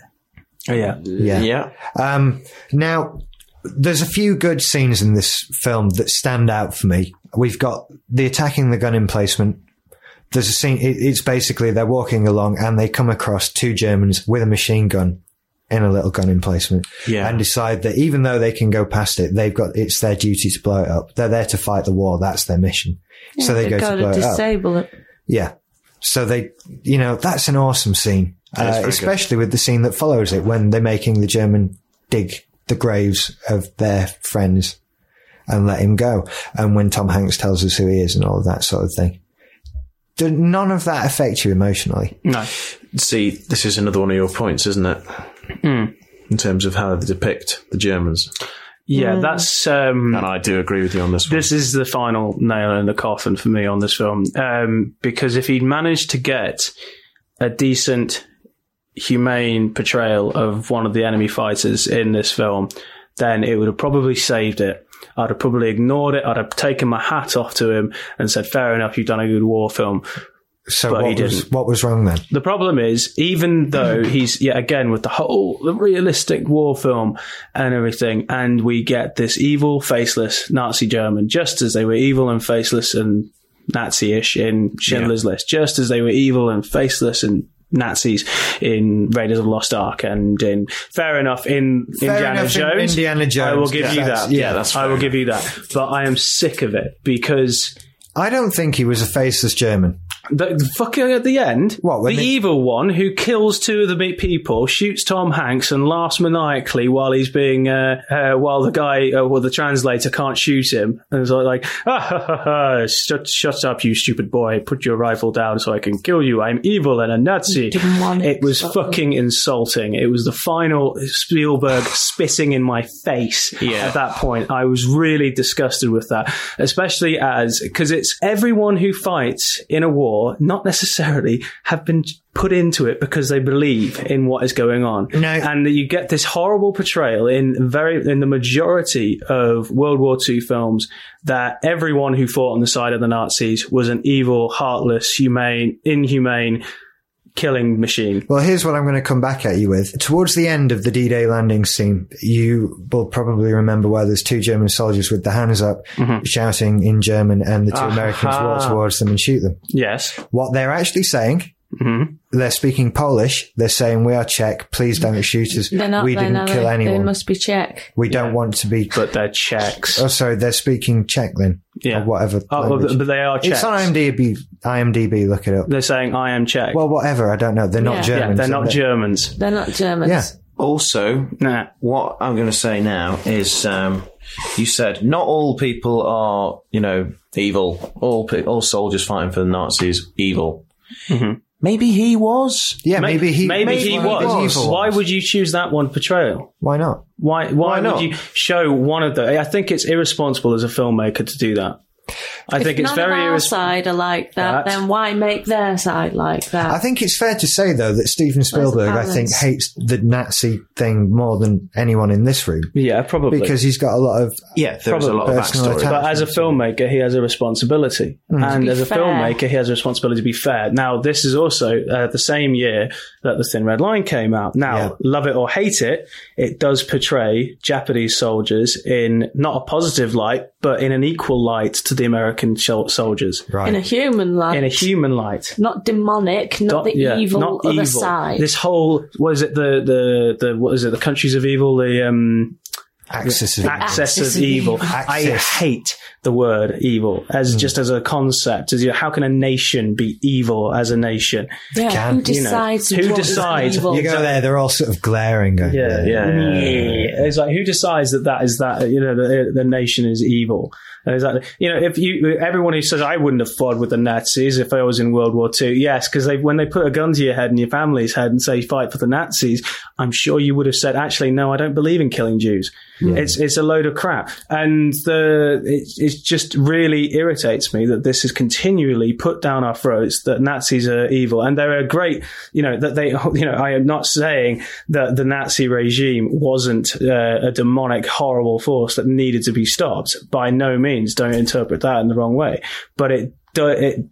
Yeah. Yeah. Yeah. Um, now, there's a few good scenes in this film that stand out for me. We've got the attacking the gun emplacement. There's a scene, it, it's basically they're walking along and they come across two Germans with a machine gun in a little gun emplacement Yeah. and decide that even though they can go past it, they've got, it's their duty to blow it up. They're there to fight the war. That's their mission. so they They've go got to Oh. blow it up. disable it. Yeah. So they, you know, that's an awesome scene, is very uh, good. especially with the scene that follows it when they're making the German dig the graves of their friends and let him go. And when Tom Hanks tells us who he is and all of that sort of thing. Did none of that affect you emotionally? No. See, this is another one of your points, isn't it? Hmm. In terms of how they depict the Germans. Yeah, that's. Um, And I do agree with you on this one. this is the final nail in the coffin for me on this film um, because if he'd managed to get a decent humane portrayal of one of the enemy fighters in this film then it would have probably saved it i'd have probably ignored it i'd have taken my hat off to him and said fair enough you've done a good war film So But what he was didn't. what was wrong then? the problem is, even though he's yet again with the whole the realistic war film and everything, and we get this evil, faceless Nazi German, just as they were evil and faceless and Nazi-ish in Schindler's List, just as they were evil and faceless and Nazis in Raiders of the Lost Ark, and in fair enough in Fair Indiana enough in Jones. Indiana I will Jones, give yeah. you That's- that. yeah, that's I will give you that. But I am sick of it because I don't think he was a faceless German. the, the fucking at the end, What, the when they- evil one who kills two of the meat people shoots Tom Hanks and laughs maniacally while he's being uh, uh, while the guy uh, well the translator can't shoot him and is like, ah, ha, ha, ha, shut, shut up you stupid boy put your rifle down so I can kill you I'm evil and a Nazi Didn't want it was to- fucking insulting it was the final Spielberg spitting in my face Yeah. at that point I was really disgusted with that especially as because it's everyone who fights in a war not necessarily have been put into it because they believe in what is going on No. and you get this horrible portrayal in very in the majority of World War II films that everyone who fought on the side of the Nazis was an evil heartless humane inhumane killing machine Well, here's what I'm going to come back at you with. Towards the end of the D-Day landing scene, you will probably remember where there's two German soldiers with their hands up Mm-hmm. shouting in German and the 2 Americans walk towards them and shoot them. yes What they're actually saying, Mm-hmm. they're speaking Polish. They're saying, we are Czech. Please don't shoot us. They're not we then, didn't are kill they? They anyone. must be Czech. we don't want to be. but they're Czechs Oh, sorry. They're speaking Czech then. Yeah. Or whatever. oh, language. but but they are Czechs it's on IMDb. IMDb. Look it up. they're saying I am Czech Well, whatever. I don't know. They're not Yeah. Yeah, yeah Germans. they're are not they? Germans They're not Germans. Yeah. Also, nah what I'm going to say now is um, you said not all people are, you know, evil. All, pe- all soldiers fighting for the Nazis, evil. Mm-hmm. Maybe he was. Yeah, maybe he. maybe he one of the was evil why ones. would you choose that one portrayal Why not? Why, why, not? would you show one of the? I think it's irresponsible as a filmmaker to do that. I think if it's none very of our irresponsible. side are like that, That- then why make their side like that? I think it's fair to say though that Steven Spielberg, I balance? think, hates the Nazi thing more than anyone in this room Yeah, probably. because he's got a lot of. Yeah, there was a lot of Personal backstory. attack. but as a filmmaker, he has a responsibility, and be as a fair. filmmaker, he has a responsibility to be fair. Now, this is also uh, the same year that the Thin Red Line came out. Now, Yeah. love it or hate it, it does portray Japanese soldiers in not a positive light, but in an equal light to the American shol- soldiers, in a human life, in a human light. not demonic, not, the yeah, evil not other evil. side. This whole what is it the the the what is it the countries of evil the um Axis of access Axis of of evil. evil. Axis. I hate the word evil as just as a concept. As you, how can a nation be evil as a nation? yeah, can, who you know, decides? who what is decides? evil? You go there; they're all sort of glaring. at you. Yeah, Yeah, yeah, yeah, It's like who decides that that is that you know the, the nation is evil. And it's like you know if you everyone who says I wouldn't have fought with the Nazis if I was in World War Two, yes, because they when they put a gun to your head and your family's head and say fight for the Nazis, I'm sure you would have said actually no, I don't believe in killing Jews. It's it's a load of crap, and the it, it just really irritates me that this is continually put down our throats that Nazis are evil, and they're a great, you know, that they, you know, I am not saying that the Nazi regime wasn't uh, a demonic, horrible force that needed to be stopped. By no means, don't interpret that in the wrong way, but it. do- It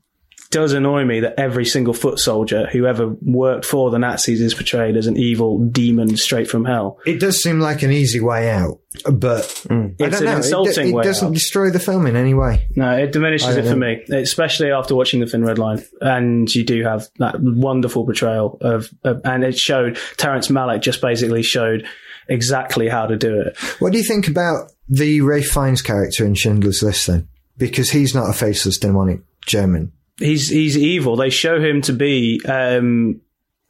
does annoy me that every single foot soldier who ever worked for the Nazis is portrayed as an evil demon straight from hell. It does seem like an easy way out, but I don't It's an know. It do- insulting it, way doesn't out. destroy the film in any way. No, it diminishes it for me, especially after watching the Thin Red Line. And you do have that wonderful portrayal of, of and it showed Terrence Malick just basically showed exactly how to do it. What do you think about the Ray Fiennes character in Schindler's List then? Because he's not a faceless demonic German. He's he's evil. They show him to be um,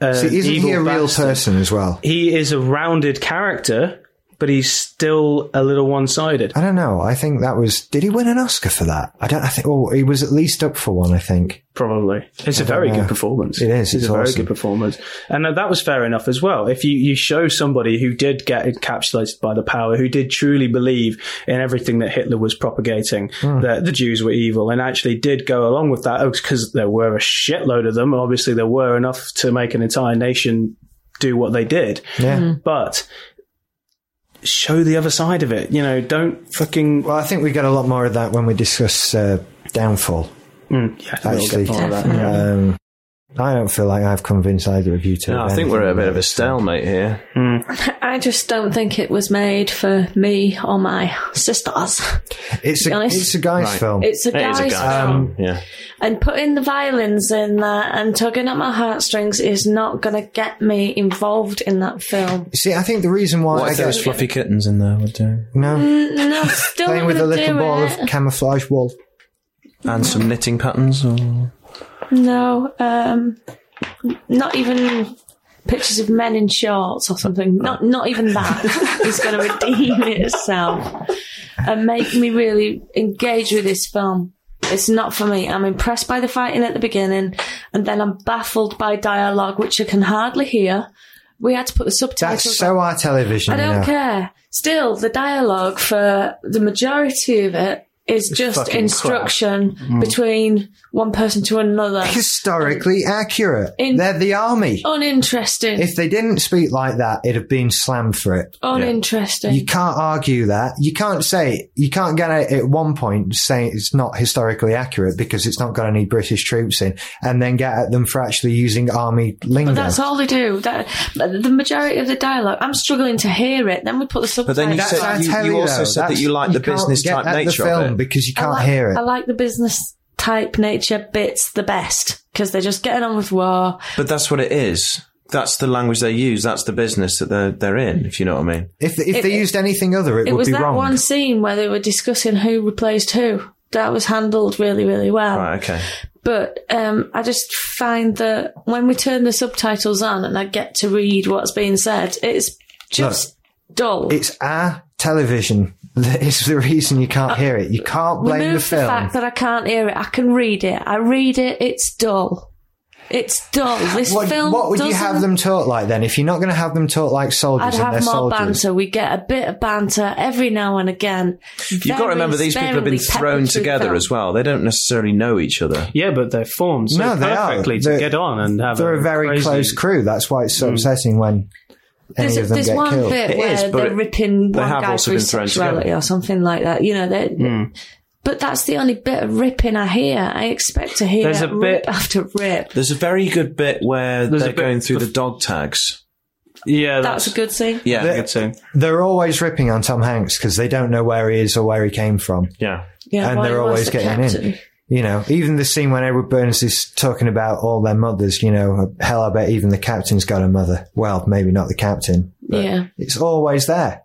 uh, See, isn't evil he a real bastard. person as well? He is a rounded character, but he's still a little one-sided. I don't know. I think that was. Did he win an Oscar for that? I don't. I think. Oh, he was at least up for one. I think. Probably. It's a very know. good performance. It is, It's, it's a very awesome. good performance. And uh, that was fair enough as well. If you, you show somebody who did get encapsulated by the power, who did truly believe in everything that Hitler was propagating, that the Jews were evil, and actually did go along with that, because there were a shitload of them. Obviously, there were enough to make an entire nation do what they did. Yeah. Hmm. But show the other side of it. You know, don't fucking. Well, I think we get a lot more of that when we discuss uh, Downfall. Mm, yeah, we'll Actually, get more of that. Um, I don't feel like I've convinced either of you to. No, I think we're at a bit of a stalemate here. I just don't think it was made for me or my sisters. It's be a, honest. it's a guy's Right. film. It's a It is guy's a guy. Um, film. yeah. And putting the violins in there and tugging at my heartstrings is not going to get me involved in that film. See, I think the reason why I get fluffy kittens in there would do? no No, still playing not with a gonna little Mm, do ball it. of camouflage wool. And some knitting patterns? Or... No, um, not even pictures of men in shorts or something. Not not even that is going to redeem itself and make me really engage with this film. It's not for me. I'm impressed by the fighting at the beginning, and then I'm baffled by dialogue which I can hardly hear. We had to put the subtitles. That's so our television. I don't you know. care. Still, the dialogue for the majority of it is just fucking instruction Mm. between one person to another. Historically accurate. In- Oh. They're the army. uninteresting. If they didn't speak like that, it'd have been slammed for it. uninteresting. You can't argue that. You can't say you can't get it at one point saying it's not historically accurate because it's not got any British troops in, and then get at them for actually using army lingo. That's all they do. That, but the majority of the dialogue, I'm struggling to hear it. Then we put the But then you That's subtitles. said- what I you- tell you also though. said that That's- you like the can't business get type at nature the of film it. because you I can't like- hear it. I like the business type nature bits the best because they're just getting on with war. But that's what it is. That's the language they use. That's the business that they're, they're in, if you know what I mean. if if they used anything other, it, It would was be that wrong. one scene where they were discussing who replaced who. That was handled really, really well. Right, okay. But um, I just find that when we turn the subtitles on and I get to read what's being said, it's just dull. It's our television that is the reason you can't hear it. You can't blame the Remove film. fact that I can't hear it. I can read it. I read it. It's dull. It's dull. This what, film. what would you doesn't- have them talk like then? If you're not going to have them talk like soldiers, I'd and have they're more soldiers. banter. We get a bit of banter every now and again. You've got to remember these people have been thrown together as well. They don't necessarily know each other. Yeah, but they're formed so No, they are. perfectly to They're- get on and have They're a very crazy- close crew. That's why it's so upsetting when any There's, of them there's get one killed. bit It where is, but they're it- ripping they one have guy also for his been thrown sexuality together. or something like that. You know, they're- but that's the only bit of ripping I hear. I expect to hear There's a rip bit- after rit. There's a very good bit where There's a they're bit going through bef- the dog tags. Yeah, That's a good scene. Yeah. The- They're always ripping on Tom Hanks because they don't know where he is or where he came from. yeah. Yeah, And why they're was always the getting in. captain- You know, even the scene when Edward Burns is talking about all their mothers, you know, hell, I bet even the captain's got a mother. Well, maybe not the captain. Yeah. It's always there.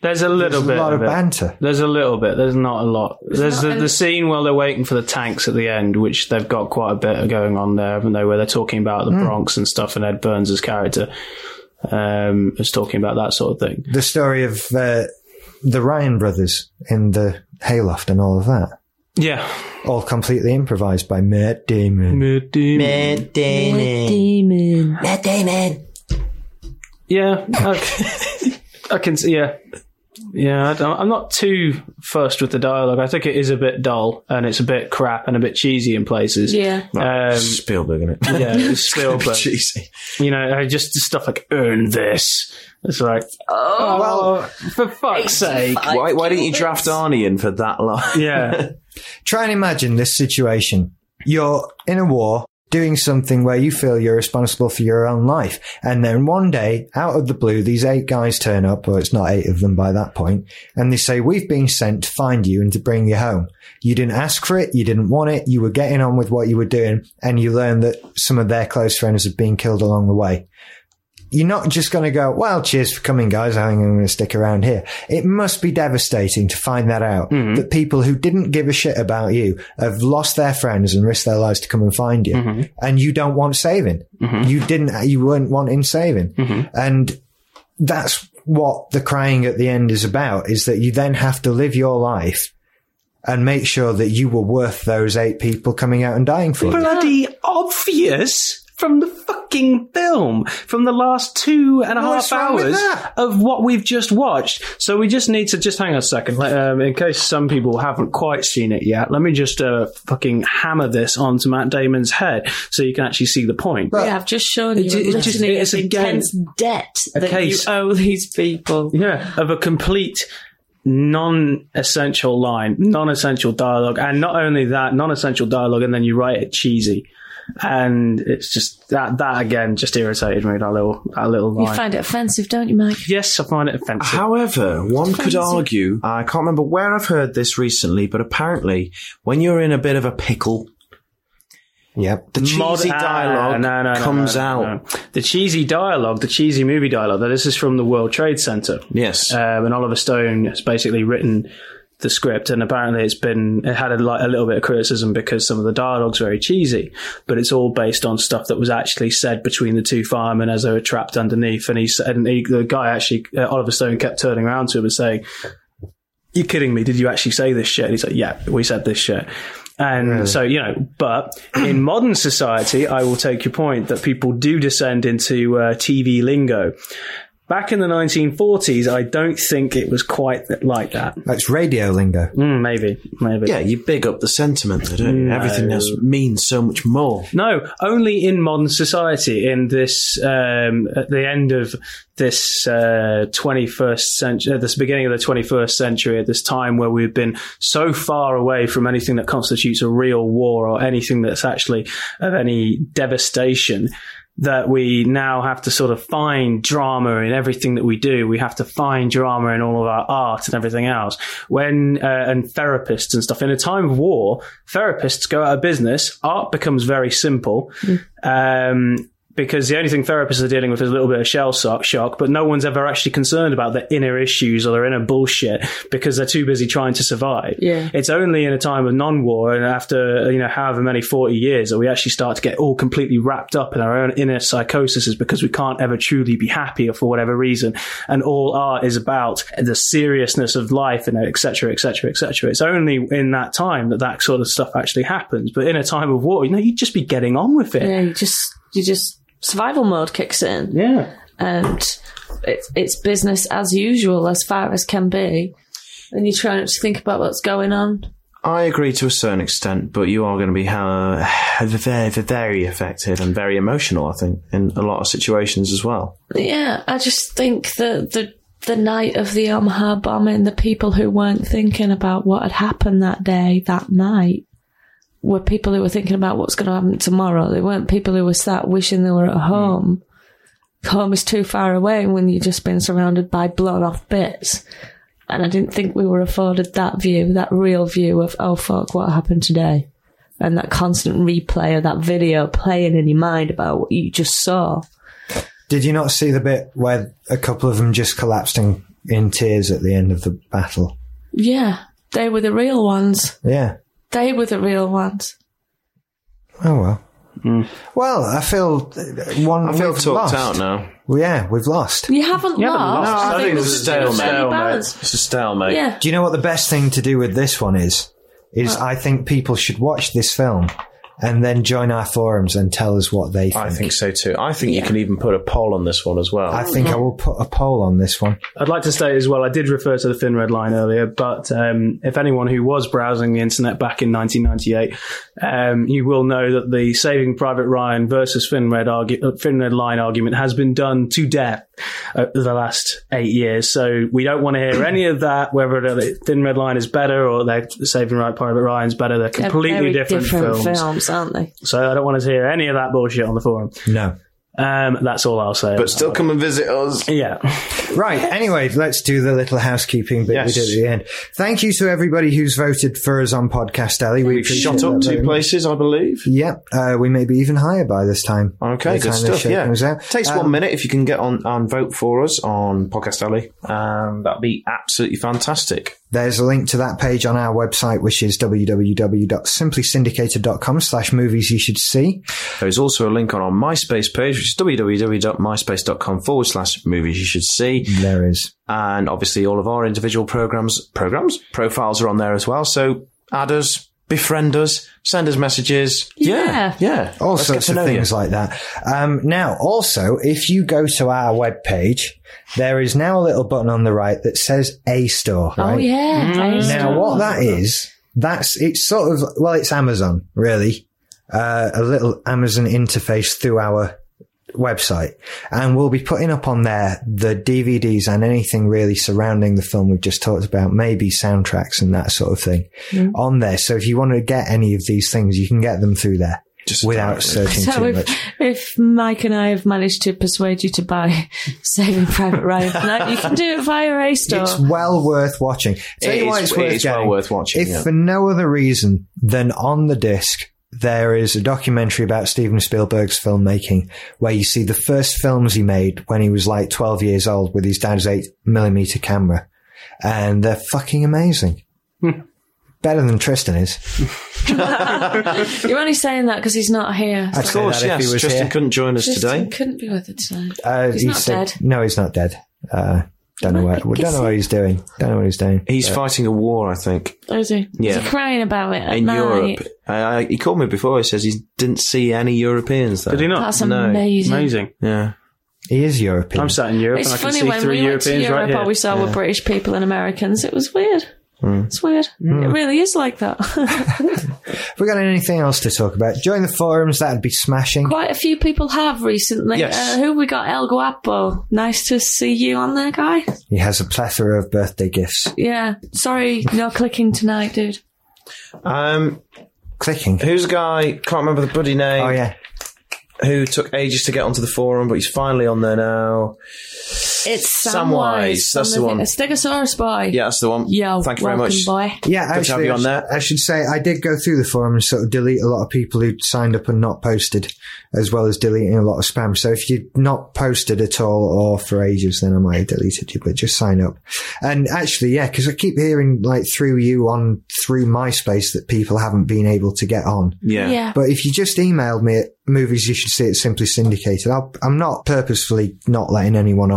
There's a little There's bit. a lot of of it. banter. There's a little bit. There's not a lot. There's not the, an- the scene while they're waiting for the tanks at the end, which they've got quite a bit going on there, haven't they? Where they're talking about Hmm. the Bronx and stuff, and Ed Burns' character um, is talking about that sort of thing. The story of uh, the Ryan brothers in the hayloft and all of that. Yeah. All completely improvised by Matt Damon. Demon. Yeah. I, I can see. Yeah. Yeah, I don't- I'm not too fussed with the dialogue. I think it is a bit dull and it's a bit crap and a bit cheesy in places. Yeah. Um, Spielberg in it. yeah, it's Spielberg. Cheesy. you know, I just stuff like earn this. It's like, oh, for fuck's sake. Why, why didn't you draft Arnie in for that line? Yeah, Try and imagine this situation. You're in a war doing something where you feel you're responsible for your own life. And then one day, out of the blue, these eight guys turn up, or it's not eight of them by that point, and they say, We've been sent to find you and to bring you home. You didn't ask for it, you didn't want it, you were getting on with what you were doing, and you learn that some of their close friends have been killed along the way. You're not just going to go, well, cheers for coming, guys. I think I'm going to stick around here. It must be devastating to find that out that people who didn't give a shit about you have lost their friends and risked their lives to come and find you. And you don't want saving. You didn't, you weren't wanting saving. And that's what the crying at the end is about is that you then have to live your life and make sure that you were worth those eight people coming out and dying for you. bloody obvious from the fucking film from the last two and a half What's wrong with hours that? of what we've just watched. So we just need to just hang on a second, let- um, in case some people haven't quite seen it yet. Let me just uh, fucking hammer this onto Matt Damon's head so you can actually see the point. But- Yeah, I've just shown you It- a it just- litany it's of again intense debt a that case- you owe these people. yeah, of a complete non-essential line, non-essential dialogue, and not only that, non-essential dialogue, and then you write it cheesy, and it's just that that again just irritated me that little that little You line. find it offensive, don't you, Mike? yes, I find it offensive. However, one could Crazy. argue, I can't remember where I've heard this recently, but apparently when you're in a bit of a pickle, Yep. the cheesy Mod- ah, dialogue no, no, no, comes no, no, out. no. The cheesy dialogue, the cheesy movie dialogue. Now, this is from the World Trade Center. Yes. um, and Oliver Stone has basically written the script, and apparently it's been it had a, li- a little bit of criticism because some of the dialogue's very cheesy, but it's all based on stuff that was actually said between the two firemen as they were trapped underneath, and he said, and he, the guy actually uh, Oliver Stone kept turning around to him and saying, "You're kidding me? Did you actually say this shit?" And he's like, "Yeah, we said this shit." And so, you know, but in modern society, I will take your point that people do descend into uh, TV lingo. Back in the 1940s, I don't think it was quite th- like that. That's radio lingo. Mm, maybe, maybe. yeah, you big up the sentiment, though, don't you? Everything else means so much more. No, only in modern society. In this, um, at the end of this uh, 21st century, at this beginning of the 21st century, at this time where we've been so far away from anything that constitutes a real war or anything that's actually of any devastation. That we now have to sort of find drama in everything that we do. We have to find drama in all of our art and everything else. When uh, and therapists and stuff in a time of war, therapists go out of business. Art becomes very simple um, because the only thing therapists are dealing with is a little bit of shell so- shock, but no one's ever actually concerned about their inner issues or their inner bullshit because they're too busy trying to survive. Yeah. It's only in a time of non-war and after, you know, however many 40 years that we actually start to get all completely wrapped up in our own inner psychosis is because we can't ever truly be happy for whatever reason. And all art is about the seriousness of life and et cetera, et cetera, et cetera. It's only in that time that that sort of stuff actually happens. But in a time of war, you know, you'd just be getting on with it. Yeah, you just you just survival mode kicks in, Yeah. and it's it's business as usual as far as can be, and you try not to think about what's going on. I agree to a certain extent, but you are going to be uh, very, very affected and very emotional, I think, in a lot of situations as well. Yeah, I just think that the the night of the Omaha bombing, the people who weren't thinking about what had happened that day, that night, were people who were thinking about what's going to happen tomorrow. They weren't people who were sat wishing they were at home. Home is too far away when you've just been surrounded by blown off bits. And I didn't think we were afforded that view, that real view of, oh fuck, what happened today? And that constant replay of that video playing in your mind about what you just saw. Did you not see the bit where a couple of them just collapsed in, in tears at the end of the battle? Yeah, they were the real ones. Yeah. They were the real ones. Oh well. Well, I feel uh, one. Hmm. I feel we've talked lost. out now. Well, Yeah, we've lost. You haven't You haven't lost. lost. I think we're it's a just in a stalemate. fairly balanced- It's a stalemate. Yeah, Do you know what the best thing to do with this one is? Is I think people should watch this film and then join our forums and tell us what they think. I think so too. I think you can even put a poll on this one as well. I think I will put a poll on this one. I'd like to state as well, I did refer to the thin red line earlier, but um, if anyone who was browsing the internet back in 1998, um, you will know that the Saving Private Ryan versus thin red, argu- uh, thin red line argument has been done to death over the last eight years. So we don't want to hear any of that, whether the thin red line is better or they're Saving Private Ryan's better. They're They're very completely different, films. films, aren't they? So I don't want to hear any of that bullshit on the forum. No. Um, that's all I'll say. but still come and visit us. yeah. Right. Anyway, let's do the little housekeeping bit Yes. we did at the end. Thank you to everybody who's voted for us on Podcast Alley. We We've shot up two places, I believe. Yeah, uh, we may be even higher by this time. by Okay, the good time this stuff. show Yeah, comes out. takes Um, one minute if you can get on and vote for us on Podcast Alley. Um, that'd be absolutely fantastic. There's a link to that page on our website, which is www.simplysyndicated.com slash movies you should see. There is also a link on our MySpace page, which is www.myspace.com forward slash movies you should see. There is. And obviously, all of our individual programs, programs, profiles are on there as well. So add us, befriend us, send us messages. Yeah. Yeah. yeah. All Let's get sorts to of know you. things like that. Um, now, also, if you go to our webpage, there is now a little button on the right that says A Store, right? Oh Mm. yeah. Now, what that is, that's it's sort of well, it's Amazon really, uh, a little Amazon interface through our website, and we'll be putting up on there the DVDs and anything really surrounding the film we've just talked about, maybe soundtracks and that sort of thing, on there. So if you want to get any of these things, you can get them through there. Just without searching So too if, much. if Mike and I have managed to persuade you to buy Saving Private Ryan tonight, you can do it via A Store. It's well worth watching. Tell It you why is- it's it worth is well getting. worth watching, If yeah. for no other reason than on the disc, there is a documentary about Steven Spielberg's filmmaking where you see the first films he made when he was like 12 years old with his dad's 8mm camera. And they're fucking amazing. Hmm. Better than Tristan is. You're only saying that because he's not here. I'd Of say course, that if he yes. was Tristan here. couldn't join us Tristan today. couldn't be with us tonight. Uh, He's he not said- dead. No, he's not dead. Uh, don't know where, might be don't know what he's doing. Don't know what he's doing. He's fighting a war, I think, Oh, Is he? Yeah. Is he crying about it at in night? Europe. I, I, he called me before. He says he didn't see any Europeans there. Did he not? That's amazing. Amazing. Yeah. He is European. I'm sat in Europe It's and I can funny see when three we went Europeans to Europe, right here. all we saw were British people and Americans. It was weird. Hmm. It's weird. Hmm. It really is like that. If we got anything else to talk about, join the forums. That'd be smashing. Quite a few people have recently. Yes. Uh, who we got? El Guapo. Nice to see you on there, guy. He has a plethora of birthday gifts. Yeah. Sorry, no clicking tonight, dude. Um, Clicking. who's a guy? Can't remember the bloody name. Oh yeah, Who took ages to get onto the forum, but he's finally on there now. It's Samwise, that's the one. A Stegosaurus boy. Yeah, that's the one. Yo, Thank you very welcome, much. Boy. yeah. Good to have actually, you I on sh- there. I should say I did go through the forum and sort of delete a lot of people who signed up and not posted, as well as deleting a lot of spam. So if you've not posted at all or for ages, then I might have deleted you. But just sign up. And actually, yeah, because I keep hearing like through you on through MySpace that people haven't been able to get on. Yeah. Yeah. But if you just emailed me at movies you should see it simply syndicated, I'll, I'm not purposefully not letting anyone on.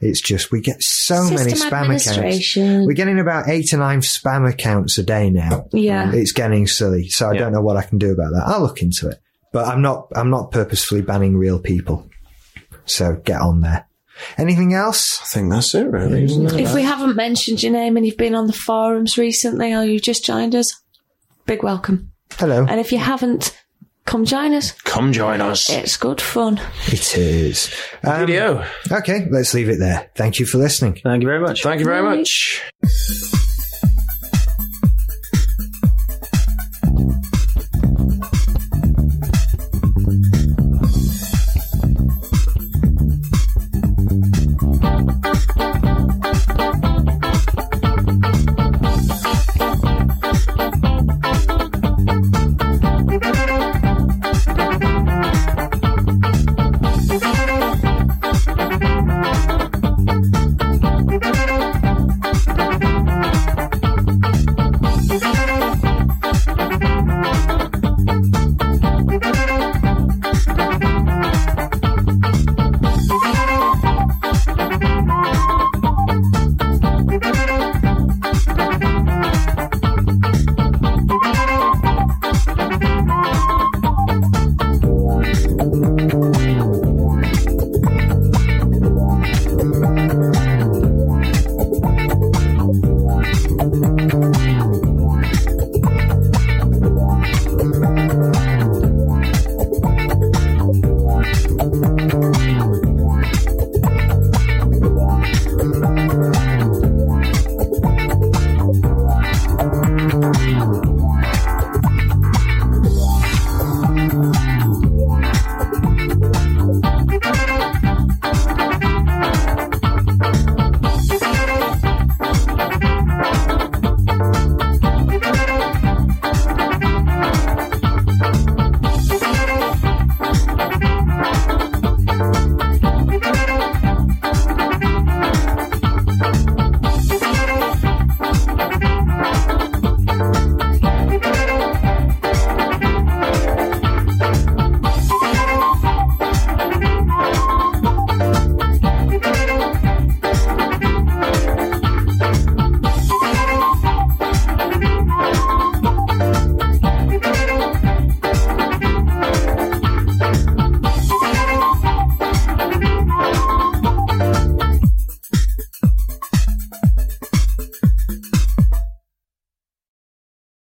It's just we get so many System spam accounts. Mm. administration. We're getting about eight to nine spam accounts a day now. Yeah. It's getting silly. So I Yeah. don't know what I can do about that. I'll look into it. But I'm not I'm not purposefully banning real people. So get on there. Anything else? I think that's it, really, isn't it? If we haven't mentioned your name and you've been on the forums recently or you've just joined us, big welcome. Hello. Uh, And if you haven't, come join us. Come join us. It's good fun. It is. Um, Video. okay, let's leave it there. Thank you for listening. Thank you very much. Thank you very much.